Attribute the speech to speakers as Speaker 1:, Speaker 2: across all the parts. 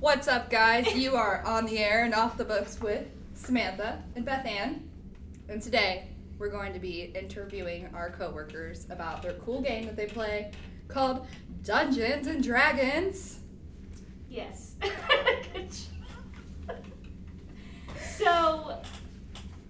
Speaker 1: What's up, guys? You are on the air and off the books with Samantha and Beth Ann. And today we're going to be interviewing our coworkers about their cool game that they play called Dungeons and Dragons.
Speaker 2: Yes. Good job. so,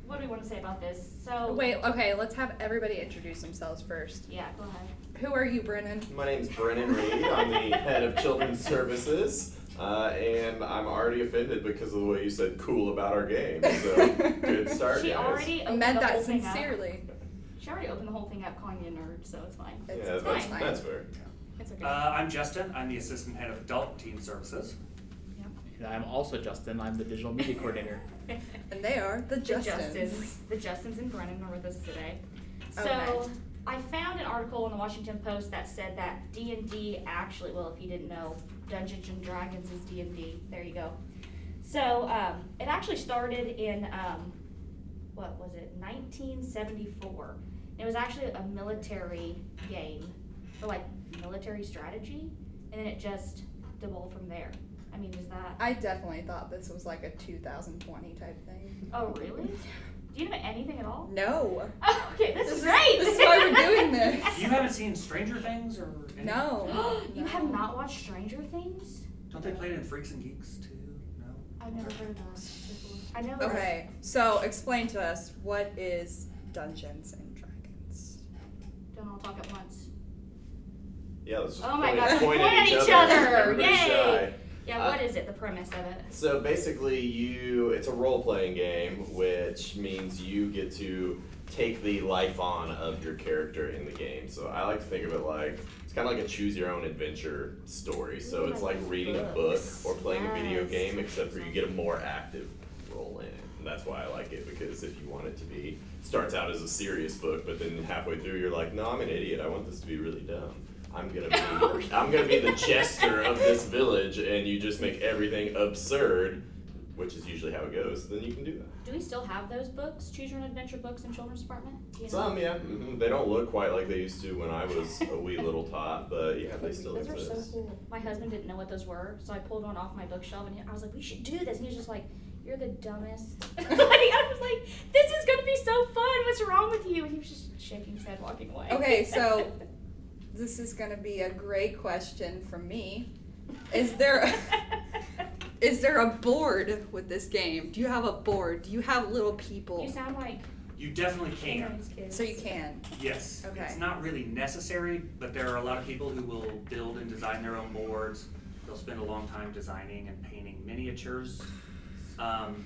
Speaker 2: what do we want to say about this? So,
Speaker 1: Oh, Wait, okay, let's have everybody introduce themselves first.
Speaker 2: Yeah, go ahead.
Speaker 1: Who are you, Brennan?
Speaker 3: My name's Brennan Reed. I'm the head of children's services. Uh, and I'm already offended because of the way you said cool about our game. So good start,
Speaker 2: she
Speaker 3: guys.
Speaker 2: already
Speaker 1: I
Speaker 2: opened
Speaker 1: meant
Speaker 2: the
Speaker 1: that
Speaker 2: whole thing up.
Speaker 1: sincerely.
Speaker 2: She already opened the whole thing up calling you a nerd, so it's fine.
Speaker 1: It's,
Speaker 3: yeah,
Speaker 1: it's
Speaker 3: that's,
Speaker 1: fine.
Speaker 3: that's fair.
Speaker 1: It's okay.
Speaker 4: Uh, I'm Justin. I'm the assistant head of adult and teen services.
Speaker 5: And I'm also Justin. I'm the digital media coordinator.
Speaker 1: and they are the
Speaker 2: the
Speaker 1: Justins.
Speaker 2: Justins, the Justins and Brennan are with us today. So
Speaker 1: Okay.
Speaker 2: I found an article in the Washington Post that said that D and D actually, well, if you didn't know, Dungeons and Dragons is D and D. There you go. So um, it actually started in um, what was it, 1974. It was actually a military game for like military strategy, and then it just devolved from there. I mean, is that?
Speaker 1: I definitely thought this was like a 2020 type thing.
Speaker 2: Oh, really? Do you know anything at all?
Speaker 1: No.
Speaker 2: Oh, okay, this,
Speaker 1: This
Speaker 2: is
Speaker 1: is-
Speaker 2: great.
Speaker 1: this is why we're doing this.
Speaker 4: You haven't seen Stranger Things or any-
Speaker 1: No.
Speaker 2: you have not watched Stranger Things?
Speaker 4: Don't they play it in Freaks and Geeks too? No.
Speaker 2: I've never heard of that. I know. it's-
Speaker 1: Okay, so explain to us what is Dungeons and Dragons.
Speaker 2: Don't all talk at once.
Speaker 3: Yeah, let's just
Speaker 2: Oh my
Speaker 3: point,
Speaker 2: gosh,
Speaker 3: point
Speaker 2: point
Speaker 3: at each, other. Everybody's
Speaker 2: Yay.
Speaker 3: shy.
Speaker 2: Yeah,
Speaker 3: Uh,
Speaker 2: what is it? The premise of it?
Speaker 3: So basically, you it's a role playing game, which means you get to take the life on of your character in the game. So I like to think of it like it's kind of like a choose your own adventure story. So
Speaker 2: Ooh,
Speaker 3: it's
Speaker 2: I
Speaker 3: like
Speaker 2: love
Speaker 3: reading
Speaker 2: books.
Speaker 3: a book or playing a video
Speaker 2: Yes.
Speaker 3: game, except for you get a more active role in it. And that's why I like it because if you want it to be starts out as a serious book, but then halfway through you're like, no, I'm an idiot. I want this to be really dumb. I'm gonna be
Speaker 2: Okay.
Speaker 3: I'm gonna be the jester of this village, and you just make everything absurd, which is usually how it goes. Then you can do that.
Speaker 2: Do we still have those books? Choose your own adventure books in children's department? Do you know?
Speaker 3: Some, yeah, mhm, they don't look quite like they used to when I was a wee little tot, but yeah, they still
Speaker 2: Those are so
Speaker 3: exist.
Speaker 2: cool. My husband didn't know what those were, so I pulled one off my bookshelf and he, I was like, "We should do this." And he was just like, "You're the dumbest." like, I was like, "This is gonna be so fun. What's wrong with you?" And he was just shaking his head, walking away.
Speaker 1: Okay, so this is going to be a great question from me. Is there is there a board with this game? Do you have a board? Do you have little
Speaker 2: you
Speaker 1: people?
Speaker 2: sound like
Speaker 4: You definitely can.
Speaker 2: Cameron's kids.
Speaker 1: So you can.
Speaker 4: Yes.
Speaker 1: Okay.
Speaker 4: It's not really necessary, but there are a lot of people who will build and design their own boards. They'll spend a long time designing and painting miniatures. Um,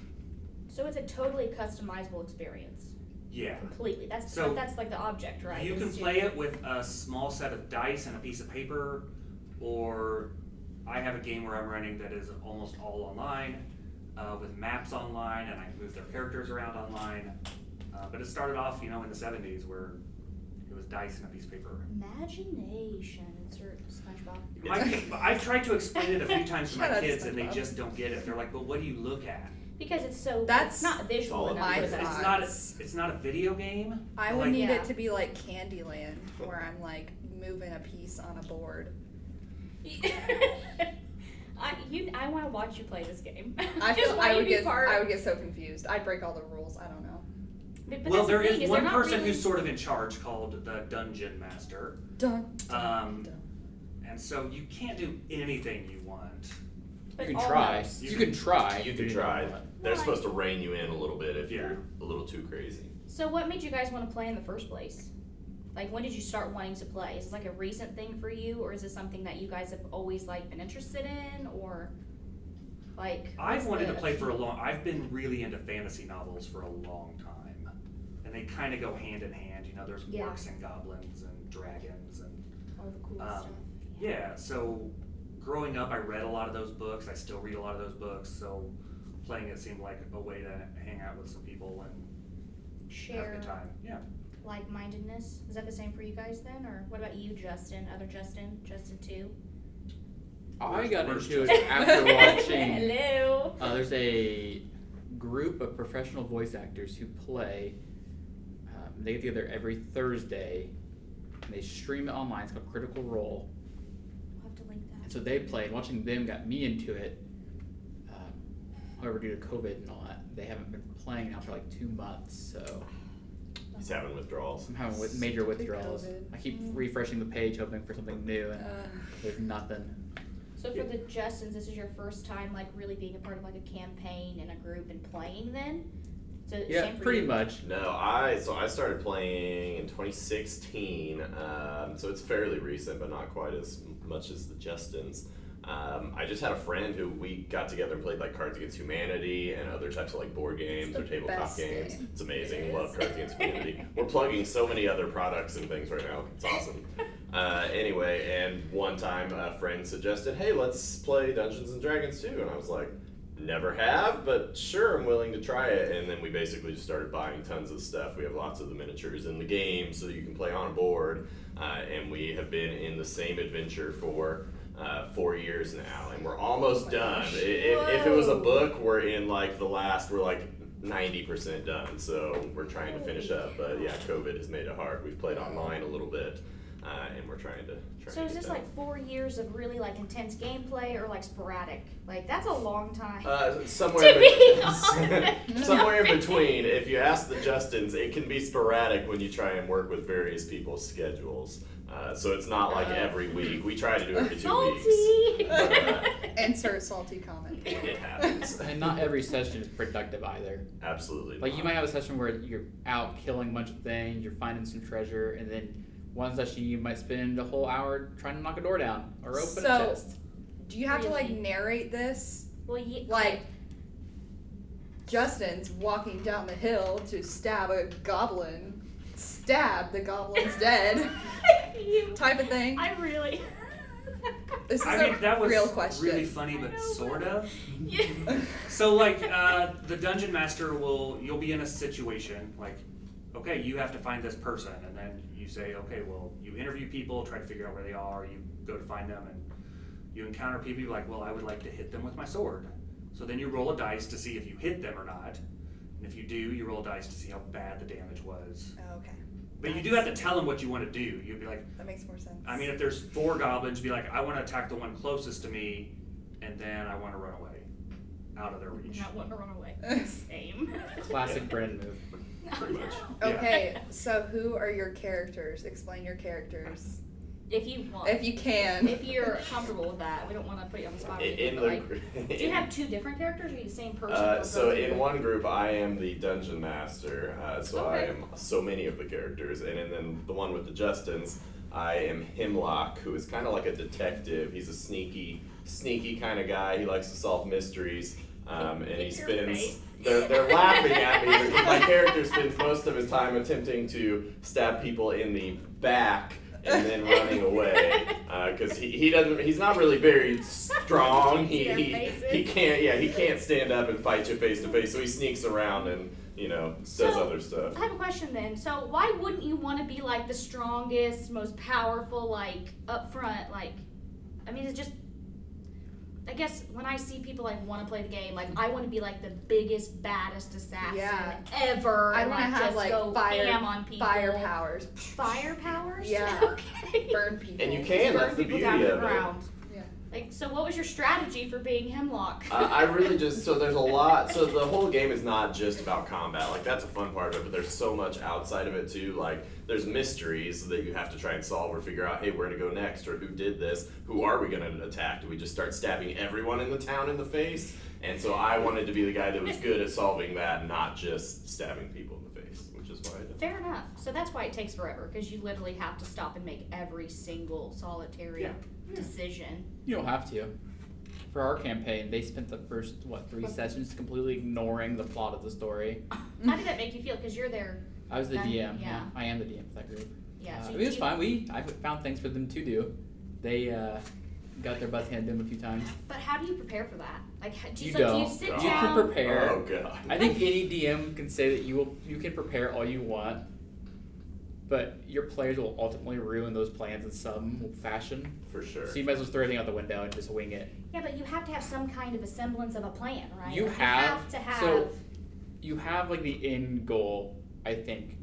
Speaker 2: So it's a totally customizable experience,
Speaker 4: yeah.
Speaker 2: completely. That's
Speaker 4: So
Speaker 2: that's like the object, right?
Speaker 4: You
Speaker 2: Is
Speaker 4: can
Speaker 2: to-
Speaker 4: play it with a small set of dice and a piece of paper, or I have a game where I'm running that is almost all online, uh, with maps online, and I can move their characters around online. Uh, but it started off, you know, in the '70s where it was dice and a piece of paper.
Speaker 2: Imagination. Insert SpongeBob.
Speaker 4: My, I've tried to explain it a few times to
Speaker 1: Shut
Speaker 4: my
Speaker 1: up,
Speaker 4: kids, and they
Speaker 1: SpongeBob.
Speaker 4: just don't get it. They're like, "Well, what do you look at?"
Speaker 2: Because it's so
Speaker 1: That's
Speaker 2: it's not visual
Speaker 3: all
Speaker 2: enough.
Speaker 1: my
Speaker 2: for
Speaker 4: It's,
Speaker 2: that.
Speaker 4: it's not. A, it's not a video game.
Speaker 1: I would
Speaker 4: Like-
Speaker 1: need
Speaker 2: Yeah.
Speaker 1: it to be like Candyland where I'm like moving a piece on a board.
Speaker 2: I you I want to watch you play this game.
Speaker 1: I
Speaker 2: just
Speaker 1: feel
Speaker 2: want
Speaker 1: I
Speaker 2: you to
Speaker 1: would
Speaker 2: be
Speaker 1: get
Speaker 2: part.
Speaker 1: I would get so confused. I'd break all the rules. I don't know.
Speaker 2: But- but
Speaker 4: well,
Speaker 2: that's the
Speaker 4: there
Speaker 2: thing, they're
Speaker 4: is one
Speaker 2: not
Speaker 4: person
Speaker 2: really-
Speaker 4: who's sort of in charge called the Dungeon Master.
Speaker 1: Dun.
Speaker 4: Um, And so you can't do anything you want.
Speaker 2: but
Speaker 5: you can
Speaker 2: all
Speaker 5: try.
Speaker 2: those.
Speaker 5: You,
Speaker 4: You
Speaker 5: can try.
Speaker 3: You can try. They're
Speaker 2: Why?
Speaker 3: supposed to rein you in a little bit if
Speaker 4: Yeah.
Speaker 3: you're a little too crazy.
Speaker 2: So what made you guys want to play in the first place? Like when did you start wanting to play? Is this like a recent thing for you, or is this something that you guys have always like been interested in, or like?
Speaker 4: I've
Speaker 2: what's
Speaker 4: wanted to
Speaker 2: the-
Speaker 4: play for a long. I've been really into fantasy novels for a long time, and they kind of go hand in hand. You know, there's
Speaker 2: Yeah.
Speaker 4: orcs and goblins and dragons and
Speaker 2: all the cool
Speaker 4: um,
Speaker 2: stuff.
Speaker 4: yeah. So growing up, I read a lot of those books. I still read a lot of those books. So playing it seemed like a way to hang out with some people and have a
Speaker 2: Share
Speaker 4: good time. Yeah.
Speaker 2: like-mindedness. Is that the same for you guys then, or what about you, Justin? Other Justin, Justin too.
Speaker 5: I got
Speaker 4: Worst
Speaker 5: into it after watching.
Speaker 2: Hello.
Speaker 5: Uh, there's a group of professional voice actors who play. Um, they get together every Thursday. And they stream it online. It's called Critical Role.
Speaker 2: We'll have to link that.
Speaker 5: And so they play. And watching them got me into it. um, However, due to COVID and all that, they haven't been playing now for like two months. So
Speaker 3: He's having withdrawals.
Speaker 5: I'm having with major
Speaker 1: Stupid
Speaker 5: withdrawals.
Speaker 1: COVID.
Speaker 5: I keep refreshing the page hoping for something new, and
Speaker 1: Uh,
Speaker 5: there's nothing.
Speaker 2: So for the Justins, this is your first time like really being a part of like a campaign and a group and playing then? So
Speaker 5: Yeah,
Speaker 2: same for
Speaker 5: pretty
Speaker 2: you.
Speaker 5: much.
Speaker 3: No, I so I started playing in 2016, um, so it's fairly recent, but not quite as much as the Justins. Um, I just had a friend who we got together and played like Cards Against Humanity and other types of like board games
Speaker 1: the
Speaker 3: or tabletop
Speaker 1: best
Speaker 3: games.
Speaker 1: game.
Speaker 3: It's amazing.
Speaker 1: It
Speaker 3: Love
Speaker 1: is.
Speaker 3: Cards Against Humanity. We're plugging so many other products and things right now. It's awesome. Uh, anyway, and one time a friend suggested, "Hey, let's play Dungeons and Dragons too," and I was like, "Never have, but sure, I'm willing to try it." And then we basically just started buying tons of stuff. We have lots of the miniatures in the game, so you can play on a board, uh, and we have been in the same adventure for. Uh, four years now, and we're almost
Speaker 1: Oh my
Speaker 3: done.
Speaker 1: gosh.
Speaker 3: I- If, if it was a
Speaker 1: Whoa.
Speaker 3: book, we're in like the last, we're like 90% done, so we're trying to finish up. But yeah, COVID has made it hard. We've played online a little bit, uh, and we're trying to. Trying
Speaker 2: So
Speaker 3: to
Speaker 2: is
Speaker 3: get
Speaker 2: this
Speaker 3: done.
Speaker 2: like four years of really like intense gameplay or like sporadic? Like that's a long time.
Speaker 3: Uh, somewhere,
Speaker 2: To be
Speaker 3: bet-
Speaker 2: honest.
Speaker 3: somewhere in between. If you ask the Justins, it can be sporadic when you try and work with various people's schedules. Uh, so it's not like
Speaker 1: Oh.
Speaker 3: every week. We try to do every two weeks.
Speaker 2: Salty.
Speaker 1: insert salty comment.
Speaker 3: It happens.
Speaker 5: And not every session is productive either.
Speaker 3: Absolutely.
Speaker 5: Like you
Speaker 3: not.
Speaker 5: might have a session where you're out killing a bunch of things, you're finding some treasure, and then one session you might spend a whole hour trying to knock a door down or open
Speaker 1: So-
Speaker 5: a chest.
Speaker 1: Do you have to like
Speaker 2: Really?
Speaker 1: narrate this?
Speaker 2: well, ye-
Speaker 1: Like, Justin's walking down the hill to stab a goblin. Stab the goblin's dead.
Speaker 2: you.
Speaker 1: Type of thing.
Speaker 2: I really.
Speaker 1: This is
Speaker 4: I
Speaker 1: a
Speaker 4: mean, that was
Speaker 1: real question.
Speaker 4: really funny,
Speaker 2: I
Speaker 4: but
Speaker 2: know,
Speaker 4: sort
Speaker 2: but-
Speaker 4: of.
Speaker 2: Yeah.
Speaker 4: So like uh, the dungeon master will you'll be in a situation like okay you have to find this person and then you say okay well you interview people try to figure out where they are you go to find them and you encounter people you're like well I would like to hit them with my sword so then you roll a dice to see if you hit them or not and if you do you roll a dice to see how bad the damage was
Speaker 1: okay,
Speaker 4: but you do have to tell them what you want to do you'd be like
Speaker 1: that makes more sense.
Speaker 4: I mean, if there's four goblins, be like, I want to attack the one closest to me, and then I want to run away, out of their reach.
Speaker 2: Not want to run away. Same.
Speaker 5: Classic Brennan move.
Speaker 3: Pretty much.
Speaker 1: okay, so who are your characters? Explain your characters
Speaker 2: If you want.
Speaker 1: if you can.
Speaker 2: If you're comfortable with that, we don't want to put you on the spot. or
Speaker 3: In, in
Speaker 2: anything,
Speaker 3: the
Speaker 2: but, like, do you have two different characters, or are you the same person?
Speaker 3: Uh,
Speaker 2: for
Speaker 3: so
Speaker 2: both?
Speaker 3: in one group, I am the dungeon master. Uh, so I
Speaker 2: Okay.
Speaker 3: am so many of the characters, and, and then the one with the Justins, I am Hemlock, who is kind of like a detective. He's a sneaky, sneaky kind of guy. He likes to solve mysteries, um, and he
Speaker 2: Your
Speaker 3: spends.
Speaker 2: face.
Speaker 3: They're, they're laughing at me because my character spends most of his time attempting to stab people in the back and then running away because he, he doesn't he's not really very strong he,
Speaker 2: Their
Speaker 3: he, he
Speaker 2: faces.
Speaker 3: can't yeah he can't stand up and fight you face to face so he sneaks around and you know does
Speaker 2: So-
Speaker 3: other stuff
Speaker 2: I have a question then. So why wouldn't you want to be like the strongest, most powerful, like up front? Like, I mean, it's just. I guess when I see people like want to play the game, like I want to be like the biggest, baddest assassin
Speaker 1: Yeah.
Speaker 2: ever.
Speaker 1: I
Speaker 2: and,
Speaker 1: want to
Speaker 2: like,
Speaker 1: have
Speaker 2: just
Speaker 1: like
Speaker 2: go
Speaker 1: fire,
Speaker 2: ham on people.
Speaker 1: fire powers,
Speaker 2: Fire powers.
Speaker 1: Yeah.
Speaker 2: okay.
Speaker 1: burn people.
Speaker 3: and you can
Speaker 2: Burn
Speaker 3: that's the
Speaker 2: people
Speaker 3: beauty
Speaker 2: down to the
Speaker 3: of it
Speaker 2: ground.
Speaker 1: Yeah.
Speaker 2: Like, so what was your strategy for being Hemlock?
Speaker 3: I I really just so there's a lot. So the whole game is not just about combat. Like that's a fun part of it, but there's so much outside of it too. Like there's mysteries that you have to try and solve or figure out. Hey, where to go next, or who did this? Who are we gonna attack? Do we just start stabbing everyone in the town in the face? And so I wanted to be the guy that was good at solving that, not just stabbing people in the face, which is why I did.
Speaker 2: Fair enough. So that's why it takes forever because you literally have to stop and make every single solitary
Speaker 3: Yeah.
Speaker 2: decision.
Speaker 5: You don't have to. For our campaign, they spent the first what three sessions completely ignoring the plot of the story.
Speaker 2: How did that make you feel? Because you're there.
Speaker 5: I was the
Speaker 2: That-
Speaker 5: DM.
Speaker 2: yeah.
Speaker 5: I am the DM for that group.
Speaker 2: Yeah.
Speaker 5: Uh,
Speaker 2: so
Speaker 5: it
Speaker 2: you
Speaker 5: was
Speaker 2: do-
Speaker 5: fine. We I found things for them to do. They uh, got their butts handed to them a few times.
Speaker 2: But how do you prepare for that? Like, how, do you,
Speaker 5: You
Speaker 2: so do
Speaker 5: don't.
Speaker 2: you sit
Speaker 3: You
Speaker 5: You
Speaker 2: down?
Speaker 5: can prepare.
Speaker 3: Oh god.
Speaker 5: I think any DM can say that you will you can prepare all you want, but your players will ultimately ruin those plans in some fashion.
Speaker 3: For sure.
Speaker 5: So you might as well throw everything out the window and just wing it.
Speaker 2: yeah, but you have to have some kind of a semblance of a plan, right?
Speaker 5: You
Speaker 2: Like,
Speaker 5: have-
Speaker 2: to have
Speaker 5: so You have like the end goal, I think,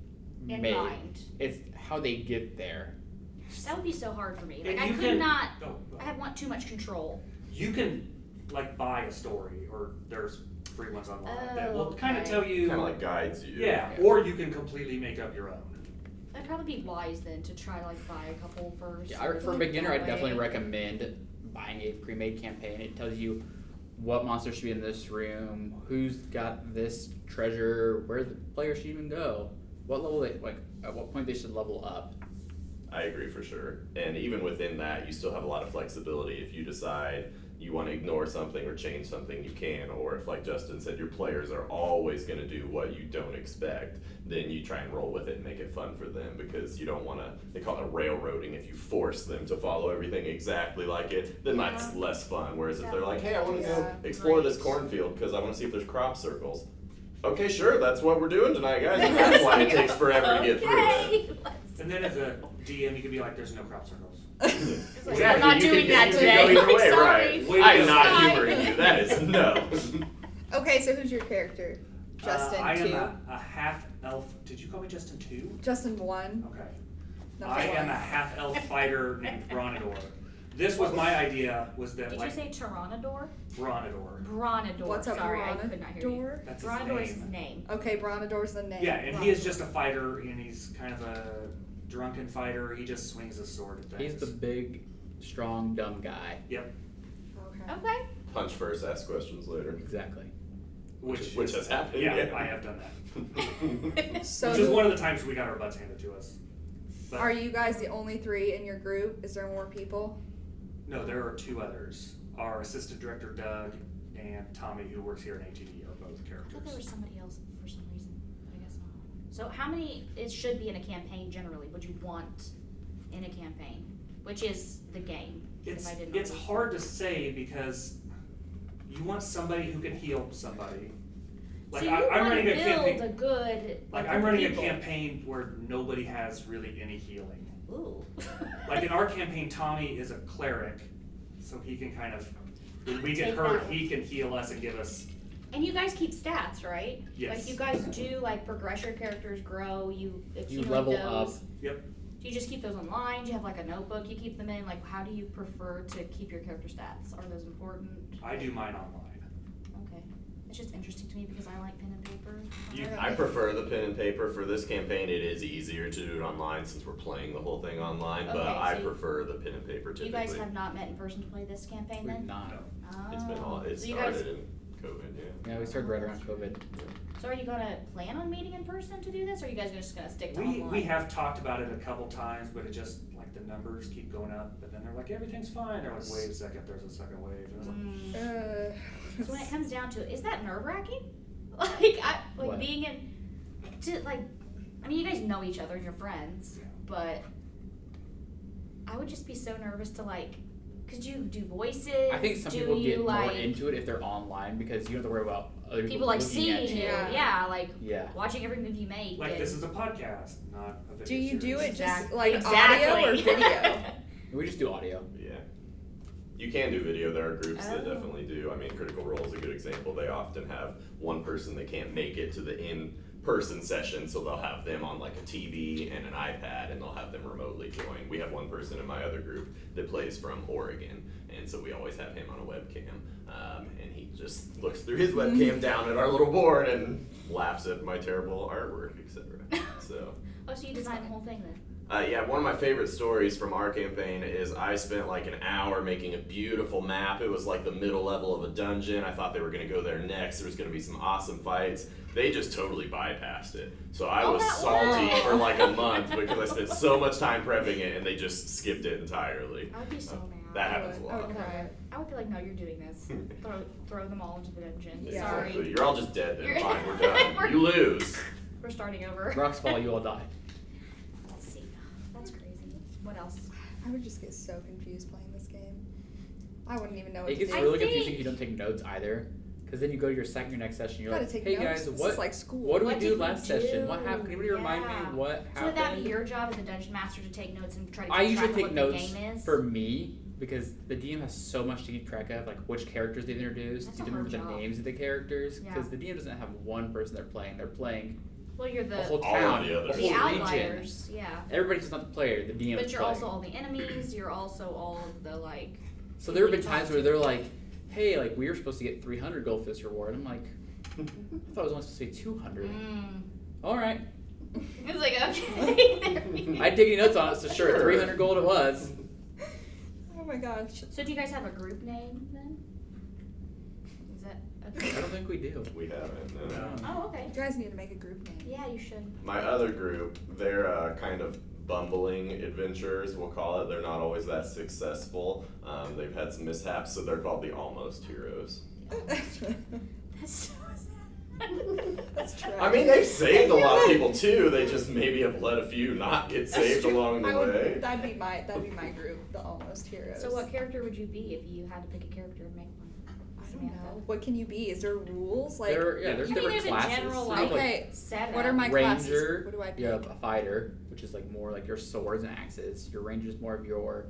Speaker 2: in
Speaker 5: made.
Speaker 2: mind.
Speaker 5: It's how they get there.
Speaker 2: That would be so hard for me. Like,
Speaker 4: And
Speaker 2: I
Speaker 4: you
Speaker 2: could
Speaker 4: can-
Speaker 2: not.
Speaker 4: Oh,
Speaker 2: I have want too much control.
Speaker 4: you can like buy a story, or there's free ones online that will
Speaker 2: Oh,
Speaker 4: kind of
Speaker 2: okay.
Speaker 4: tell you.
Speaker 3: Kind of like guides you.
Speaker 4: yeah,
Speaker 5: Yeah.
Speaker 4: or you can completely make up your own.
Speaker 2: I'd probably be wise then to try to like buy a couple first.
Speaker 5: Yeah, I,
Speaker 2: and
Speaker 5: for a
Speaker 2: then
Speaker 5: beginner,
Speaker 2: that
Speaker 5: I'd definitely
Speaker 2: way-
Speaker 5: recommend buying a pre-made campaign. It tells you what monsters should be in this room, who's got this treasure, where the player should even go, what level they like, at what point they should level up.
Speaker 3: I agree for sure. And even within that, you still have a lot of flexibility. If you decide you want to ignore something or change something, you can. Or if, like Justin said, your players are always going to do what you don't expect, then you try and roll with it and make it fun for them because you don't want to, they call it railroading. If you force them to follow everything exactly like it, then that's less fun. Whereas if they're like, hey, I want to
Speaker 1: Yeah.
Speaker 3: go explore this
Speaker 2: Right.
Speaker 3: cornfield because I want to see if there's crop circles. Okay, sure, that's what we're doing tonight, guys. And that's why it takes forever to get through it.
Speaker 2: Okay. Let's-
Speaker 4: And then as a DM, you can be like, "There's no crop circles." Uh,
Speaker 2: it's like,
Speaker 3: Exactly,
Speaker 2: We're not
Speaker 3: you
Speaker 2: doing
Speaker 3: could-
Speaker 2: that
Speaker 3: you could
Speaker 2: today.
Speaker 3: go either way,
Speaker 2: Sorry.
Speaker 4: Way
Speaker 3: Right. I
Speaker 4: to
Speaker 3: am not
Speaker 2: go.
Speaker 3: humoring you. That is no.
Speaker 1: okay, so who's your character? Justin
Speaker 4: uh, I
Speaker 1: two.
Speaker 4: am a, a half elf. Did you call me Justin two?
Speaker 1: Justin one.
Speaker 4: Okay.
Speaker 1: Number
Speaker 4: I am
Speaker 1: one.
Speaker 4: a half elf fighter named Bronador. This was my idea. Was that
Speaker 2: Did you
Speaker 4: like
Speaker 2: say Pteranodor?
Speaker 4: Bronador?
Speaker 2: Bronador.
Speaker 1: What's a
Speaker 2: Sorry, I could not hear you.
Speaker 1: Bronador?
Speaker 4: That's his
Speaker 2: Bronador is
Speaker 4: name.
Speaker 2: his name.
Speaker 1: Okay, Bronador's the name.
Speaker 4: Yeah, and he is just a fighter, and he's kind of a drunken fighter. He just swings his sword at
Speaker 5: He's
Speaker 4: things.
Speaker 5: the big, strong, dumb guy.
Speaker 1: Okay.
Speaker 2: Okay.
Speaker 3: Punch first, ask questions later.
Speaker 5: Exactly.
Speaker 4: which
Speaker 3: which
Speaker 4: is-
Speaker 3: has happened.
Speaker 4: Yeah,
Speaker 3: yeah.
Speaker 4: I have done that.
Speaker 1: So
Speaker 4: which is one of the times we got our butts handed to us. But
Speaker 1: are you guys the only three in your group? Is there more people?
Speaker 4: no, there are two others. Our assistant director Doug and Tommy, who works here at ATD, are both
Speaker 2: I thought there
Speaker 4: characters.
Speaker 2: was somebody else for some reason, but I guess not. So how many it should be in a campaign generally? Would you want in a campaign, which is the game?
Speaker 4: It's
Speaker 2: if I didn't
Speaker 4: it's
Speaker 2: already-
Speaker 4: hard to say because you want somebody who can heal somebody. Like
Speaker 2: so
Speaker 4: I,
Speaker 2: you
Speaker 4: I'm
Speaker 2: want
Speaker 4: running
Speaker 2: to
Speaker 4: a
Speaker 2: build
Speaker 4: campaign.
Speaker 2: a good
Speaker 4: Like I'm running
Speaker 2: people.
Speaker 4: a campaign where nobody has really any healing.
Speaker 2: Ooh.
Speaker 4: Like in our campaign, Tommy is a cleric, so he can kind of when we get
Speaker 2: Take
Speaker 4: hurt,
Speaker 2: that.
Speaker 4: he can heal us and give us
Speaker 2: and you guys keep stats, right?
Speaker 4: yes.
Speaker 2: Like you guys do like progress your characters grow. You
Speaker 5: You
Speaker 2: accumulate
Speaker 5: level up.
Speaker 2: those.
Speaker 4: Yep.
Speaker 2: Do you just keep those online? Do you have like a notebook you keep them in? Like how do you prefer to keep your character stats? Are those important?
Speaker 4: I do mine online.
Speaker 2: Okay. It's just interesting to me because I like pen and paper.
Speaker 4: You-
Speaker 3: I prefer the pen and paper for this campaign. It is easier to do it online since we're playing the whole thing online, but
Speaker 2: Okay,
Speaker 3: I
Speaker 2: so you-
Speaker 3: prefer the pen and paper
Speaker 2: You
Speaker 3: typically.
Speaker 2: guys have not met in person to play this campaign
Speaker 5: We've
Speaker 2: then? Oh.
Speaker 5: not.
Speaker 3: it's been all it
Speaker 2: so you
Speaker 3: started
Speaker 2: guys,
Speaker 3: in COVID, yeah.
Speaker 5: Yeah, we started right around COVID.
Speaker 2: so are you gonna plan on meeting in person to do this, or are you guys just gonna stick to
Speaker 4: We
Speaker 2: online?
Speaker 4: we have talked about it a couple times, but it just like the numbers keep going up, and then they're like everything's fine. They're like wait a second, there's a second wave. And I was like,
Speaker 2: Mm.
Speaker 1: Uh,
Speaker 2: So when it comes down to it, is that nerve wracking? Like I like
Speaker 5: What?
Speaker 2: being in, to like, I mean you guys know each other and you're
Speaker 1: Mm.
Speaker 2: friends,
Speaker 4: Yeah.
Speaker 2: but I would just be so nervous to like, cause you do voices.
Speaker 5: I think some
Speaker 2: do
Speaker 5: people
Speaker 2: you,
Speaker 5: get
Speaker 2: like,
Speaker 5: more into it if they're online because you don't have to worry about other people,
Speaker 2: people like
Speaker 5: looking at
Speaker 2: seeing
Speaker 5: you.
Speaker 2: you,
Speaker 1: Yeah.
Speaker 2: yeah, like
Speaker 5: Yeah.
Speaker 2: watching every move you make.
Speaker 4: like
Speaker 2: and-
Speaker 4: this is a podcast, not a video.
Speaker 1: do you do
Speaker 4: series."
Speaker 1: it just
Speaker 2: Exact-
Speaker 1: like audio or
Speaker 2: exactly.
Speaker 1: video?
Speaker 5: We just do audio.
Speaker 3: Yeah. You can do video. There are groups that
Speaker 2: Oh.
Speaker 3: definitely do. I mean, Critical Role is a good example. They often have one person that can't make it to the in person session, so they'll have them on like a TV and an iPad and they'll have them remotely join. We have one person in my other group that plays from Oregon, and so we always have him on a webcam. Um, and he just looks through his webcam down at our little board and laughs at my terrible artwork, etc. So.
Speaker 2: oh, so you designed the whole thing then?
Speaker 3: Uh, yeah, one of my favorite stories from our campaign is I spent like an hour making a beautiful map. It was like the middle level of a dungeon. I thought they were going to go there next. There was going to be some awesome fights. They just totally bypassed it. So I
Speaker 2: Oh,
Speaker 3: was
Speaker 2: that-
Speaker 3: salty
Speaker 2: wow.
Speaker 3: for like a month because I spent so much time prepping it and they just skipped it entirely.
Speaker 2: I would be so
Speaker 3: Uh,
Speaker 2: mad.
Speaker 3: That happens a lot.
Speaker 1: Okay.
Speaker 2: I would be like, no, you're doing this. throw, throw them all into the dungeon.
Speaker 1: Yeah.
Speaker 3: Exactly.
Speaker 2: Sorry,
Speaker 3: You're all just dead then.
Speaker 2: You're-
Speaker 3: Fine, we're done. You lose.
Speaker 2: we're starting over.
Speaker 5: Rocks fall, you all die.
Speaker 2: Let's see. That's crazy. What else?
Speaker 1: I would just get so confused playing this game. I wouldn't even know what
Speaker 5: It
Speaker 1: to
Speaker 5: gets
Speaker 1: do.
Speaker 2: I
Speaker 5: really confusing
Speaker 2: think-
Speaker 5: if you don't take notes either, because then you go to your second, your next session,
Speaker 1: You
Speaker 5: you're
Speaker 1: gotta
Speaker 5: like,
Speaker 1: take
Speaker 5: hey
Speaker 1: notes.
Speaker 5: guys,
Speaker 1: This
Speaker 5: what
Speaker 1: is like school.
Speaker 5: what did
Speaker 2: What
Speaker 5: we
Speaker 2: did
Speaker 5: do
Speaker 2: we
Speaker 5: last session? What
Speaker 2: do?
Speaker 5: happened? Can anybody remind
Speaker 2: Yeah.
Speaker 5: me what
Speaker 2: So would that
Speaker 5: happened?
Speaker 2: be your job as a dungeon master to take notes and try to
Speaker 5: I
Speaker 2: keep track
Speaker 5: usually
Speaker 2: of
Speaker 5: take
Speaker 2: what
Speaker 5: notes
Speaker 2: the game is?
Speaker 5: for me because the DM has so much to keep track of, like which characters they've introduced.
Speaker 2: That's
Speaker 5: you
Speaker 2: a
Speaker 5: don't remember
Speaker 2: hard
Speaker 5: the
Speaker 2: job.
Speaker 5: names of the characters
Speaker 2: Yeah.
Speaker 5: because the DM doesn't have one person they're playing. They're playing
Speaker 2: well, you're
Speaker 5: the,
Speaker 2: the
Speaker 5: whole
Speaker 3: All of
Speaker 5: town,
Speaker 3: the others.
Speaker 5: whole
Speaker 2: the
Speaker 3: region.
Speaker 5: region.
Speaker 2: outliers, yeah.
Speaker 5: Everybody's just not the player. The DM.
Speaker 2: But
Speaker 5: is
Speaker 2: you're
Speaker 5: playing.
Speaker 2: also all the enemies. You're also all of the like.
Speaker 5: So there have
Speaker 2: you
Speaker 5: been
Speaker 2: talk
Speaker 5: times
Speaker 2: to
Speaker 5: where they're like, "Hey, like we were supposed to get 300 goldfish reward." I'm like, I thought it was only supposed to be 200.
Speaker 2: Mm.
Speaker 5: All right.
Speaker 2: It's like okay. there we go.
Speaker 5: I dig any notes on it, so sure,
Speaker 3: Sure.
Speaker 5: 300 gold it was.
Speaker 1: Oh my gosh.
Speaker 2: so do you guys have a group name then? Is that
Speaker 5: I
Speaker 2: okay?
Speaker 5: don't think we do.
Speaker 3: We haven't. No.
Speaker 4: No.
Speaker 2: Oh, okay.
Speaker 1: You guys need to make a group name.
Speaker 2: Yeah, you should.
Speaker 3: My other group, they're uh, kind of bumbling adventurers, we'll call it. They're not always that successful. Um, they've had some mishaps, so they're called the Almost Heroes.
Speaker 2: That's so sad.
Speaker 1: That's true.
Speaker 3: I mean, they've saved a lot of people too. They just maybe have let a few not get saved along the
Speaker 1: I would-
Speaker 3: way.
Speaker 1: That'd be my that'd be my group, the almost heroes.
Speaker 2: So what character would you be if you had to pick a character and make one?
Speaker 1: I don't know. What can you be? Is there rules? Like
Speaker 5: there, yeah, there's
Speaker 2: You mean
Speaker 5: different
Speaker 2: there's a
Speaker 5: classes.
Speaker 2: general,
Speaker 5: There's,
Speaker 2: like-
Speaker 5: like,
Speaker 1: okay,
Speaker 2: Seven.
Speaker 1: what are my
Speaker 5: ranger.
Speaker 1: classes? What do I pick?
Speaker 5: you have a fighter, which is like more like your swords and axes. Your ranger's more of your,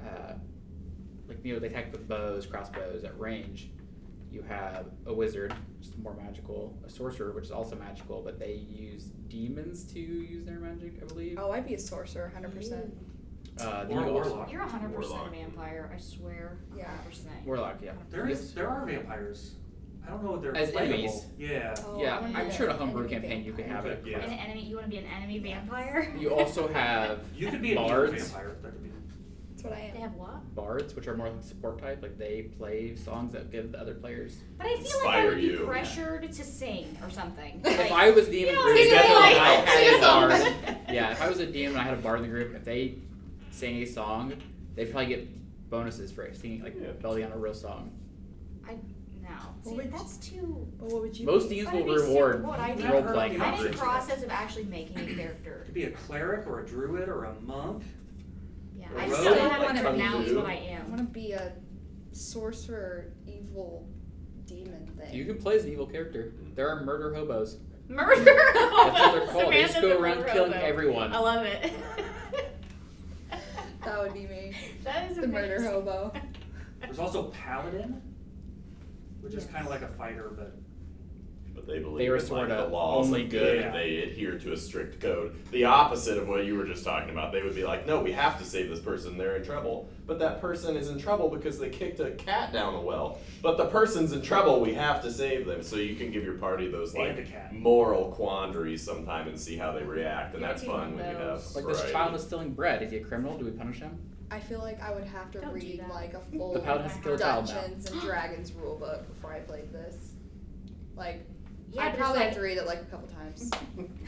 Speaker 5: uh, like you know they attack with bows, crossbows at range. You have a wizard, which is more magical. A sorcerer, which is also magical, but they use demons to use their magic, I believe.
Speaker 1: Oh, I'd be a sorcerer, hundred percent.
Speaker 5: Uh, then
Speaker 4: Or a
Speaker 5: you also-
Speaker 4: warlock.
Speaker 2: You're a hundred percent
Speaker 3: Warlock.
Speaker 2: vampire. I swear.
Speaker 1: Yeah.
Speaker 2: Hundred percent.
Speaker 5: Warlock, yeah.
Speaker 4: There
Speaker 5: You
Speaker 4: is
Speaker 5: have-
Speaker 4: there are vampires. I don't know what they're
Speaker 5: As
Speaker 4: playable.
Speaker 5: enemies.
Speaker 4: Yeah.
Speaker 1: Oh,
Speaker 5: yeah,
Speaker 1: I wanna
Speaker 5: I'm
Speaker 1: be
Speaker 5: sure in a
Speaker 1: an
Speaker 5: homebrew
Speaker 1: enemy
Speaker 5: campaign you could have it.
Speaker 4: Yeah.
Speaker 2: An enemy. You want to be an enemy vampire?
Speaker 5: You also have
Speaker 4: You could be a demon
Speaker 5: bards.
Speaker 4: vampire. That could be.
Speaker 1: That's what I
Speaker 2: They
Speaker 1: am.
Speaker 2: have what?
Speaker 5: bards, which are more like support type. Like they play songs that give the other players.
Speaker 2: But I feel like I
Speaker 3: Inspire
Speaker 2: would be
Speaker 3: you.
Speaker 2: pressured to sing or something.
Speaker 5: If
Speaker 2: Like,
Speaker 5: I was DM
Speaker 2: you
Speaker 5: in the
Speaker 2: know,
Speaker 5: group,
Speaker 2: sing
Speaker 3: it
Speaker 5: definitely
Speaker 3: like-
Speaker 5: I had
Speaker 3: sing
Speaker 5: a
Speaker 3: a
Speaker 5: bard.
Speaker 3: song.
Speaker 5: Yeah, if I was a DM and I had a bard in the group, if they sang a song, they'd probably get bonuses for singing like
Speaker 3: Yeah.
Speaker 5: belly on a real song.
Speaker 2: no.
Speaker 1: Well,
Speaker 2: See,
Speaker 1: we-
Speaker 2: that's too.
Speaker 1: Well, what would you?
Speaker 5: Most
Speaker 1: be?
Speaker 5: DMs
Speaker 2: That'd
Speaker 5: will
Speaker 2: be so-
Speaker 5: reward
Speaker 2: what I
Speaker 4: do.
Speaker 5: role playing.
Speaker 4: Yeah.
Speaker 2: I'm in
Speaker 4: Conjuration.
Speaker 2: the process of actually making a character.
Speaker 4: It could be a cleric or a druid or a monk.
Speaker 2: Yeah.
Speaker 4: Or
Speaker 2: I
Speaker 4: rogue,
Speaker 2: still haven't
Speaker 1: like
Speaker 2: announced
Speaker 3: Kung Fu.
Speaker 2: what I
Speaker 1: I
Speaker 2: am.
Speaker 1: want to be a sorcerer, evil, demon thing.
Speaker 5: You can play as an evil character. There are murder hobos.
Speaker 2: Murder.
Speaker 5: That's what they're called. They just go around killing everyone.
Speaker 2: I love it.
Speaker 1: That would be me,
Speaker 2: that is
Speaker 1: the murder
Speaker 2: amazing.
Speaker 1: hobo.
Speaker 4: There's also paladin, which is kind of like a fighter, but
Speaker 3: But they believe
Speaker 5: They were
Speaker 3: in, like,
Speaker 5: sort
Speaker 3: the
Speaker 5: of
Speaker 3: laws
Speaker 5: only
Speaker 3: of good
Speaker 4: good.
Speaker 3: and they adhere to a strict code. The opposite of what you were just talking about. They would be like, no, we have to save this person, they're in trouble. But that person is in trouble because they kicked a cat down a well. But the person's in trouble, we have to save them. So you can give your party those
Speaker 4: and a
Speaker 3: like
Speaker 4: cat.
Speaker 3: moral quandaries sometime and see how they react. And
Speaker 2: Yeah,
Speaker 3: that's
Speaker 2: I do
Speaker 3: fun
Speaker 2: love
Speaker 3: when you have
Speaker 2: those.
Speaker 5: Like
Speaker 3: variety.
Speaker 5: this child is stealing bread. Is he a criminal? Do we punish him?
Speaker 1: I feel like I would have to
Speaker 2: Don't do
Speaker 1: read
Speaker 2: that.
Speaker 1: like a full
Speaker 2: Oh
Speaker 5: The paladin has to kill a child now.
Speaker 1: Dungeons and Dragons rulebook before I played this. Like,
Speaker 2: Yeah,
Speaker 1: I'd
Speaker 2: but
Speaker 1: probably have
Speaker 2: it's
Speaker 1: to read it like a couple times.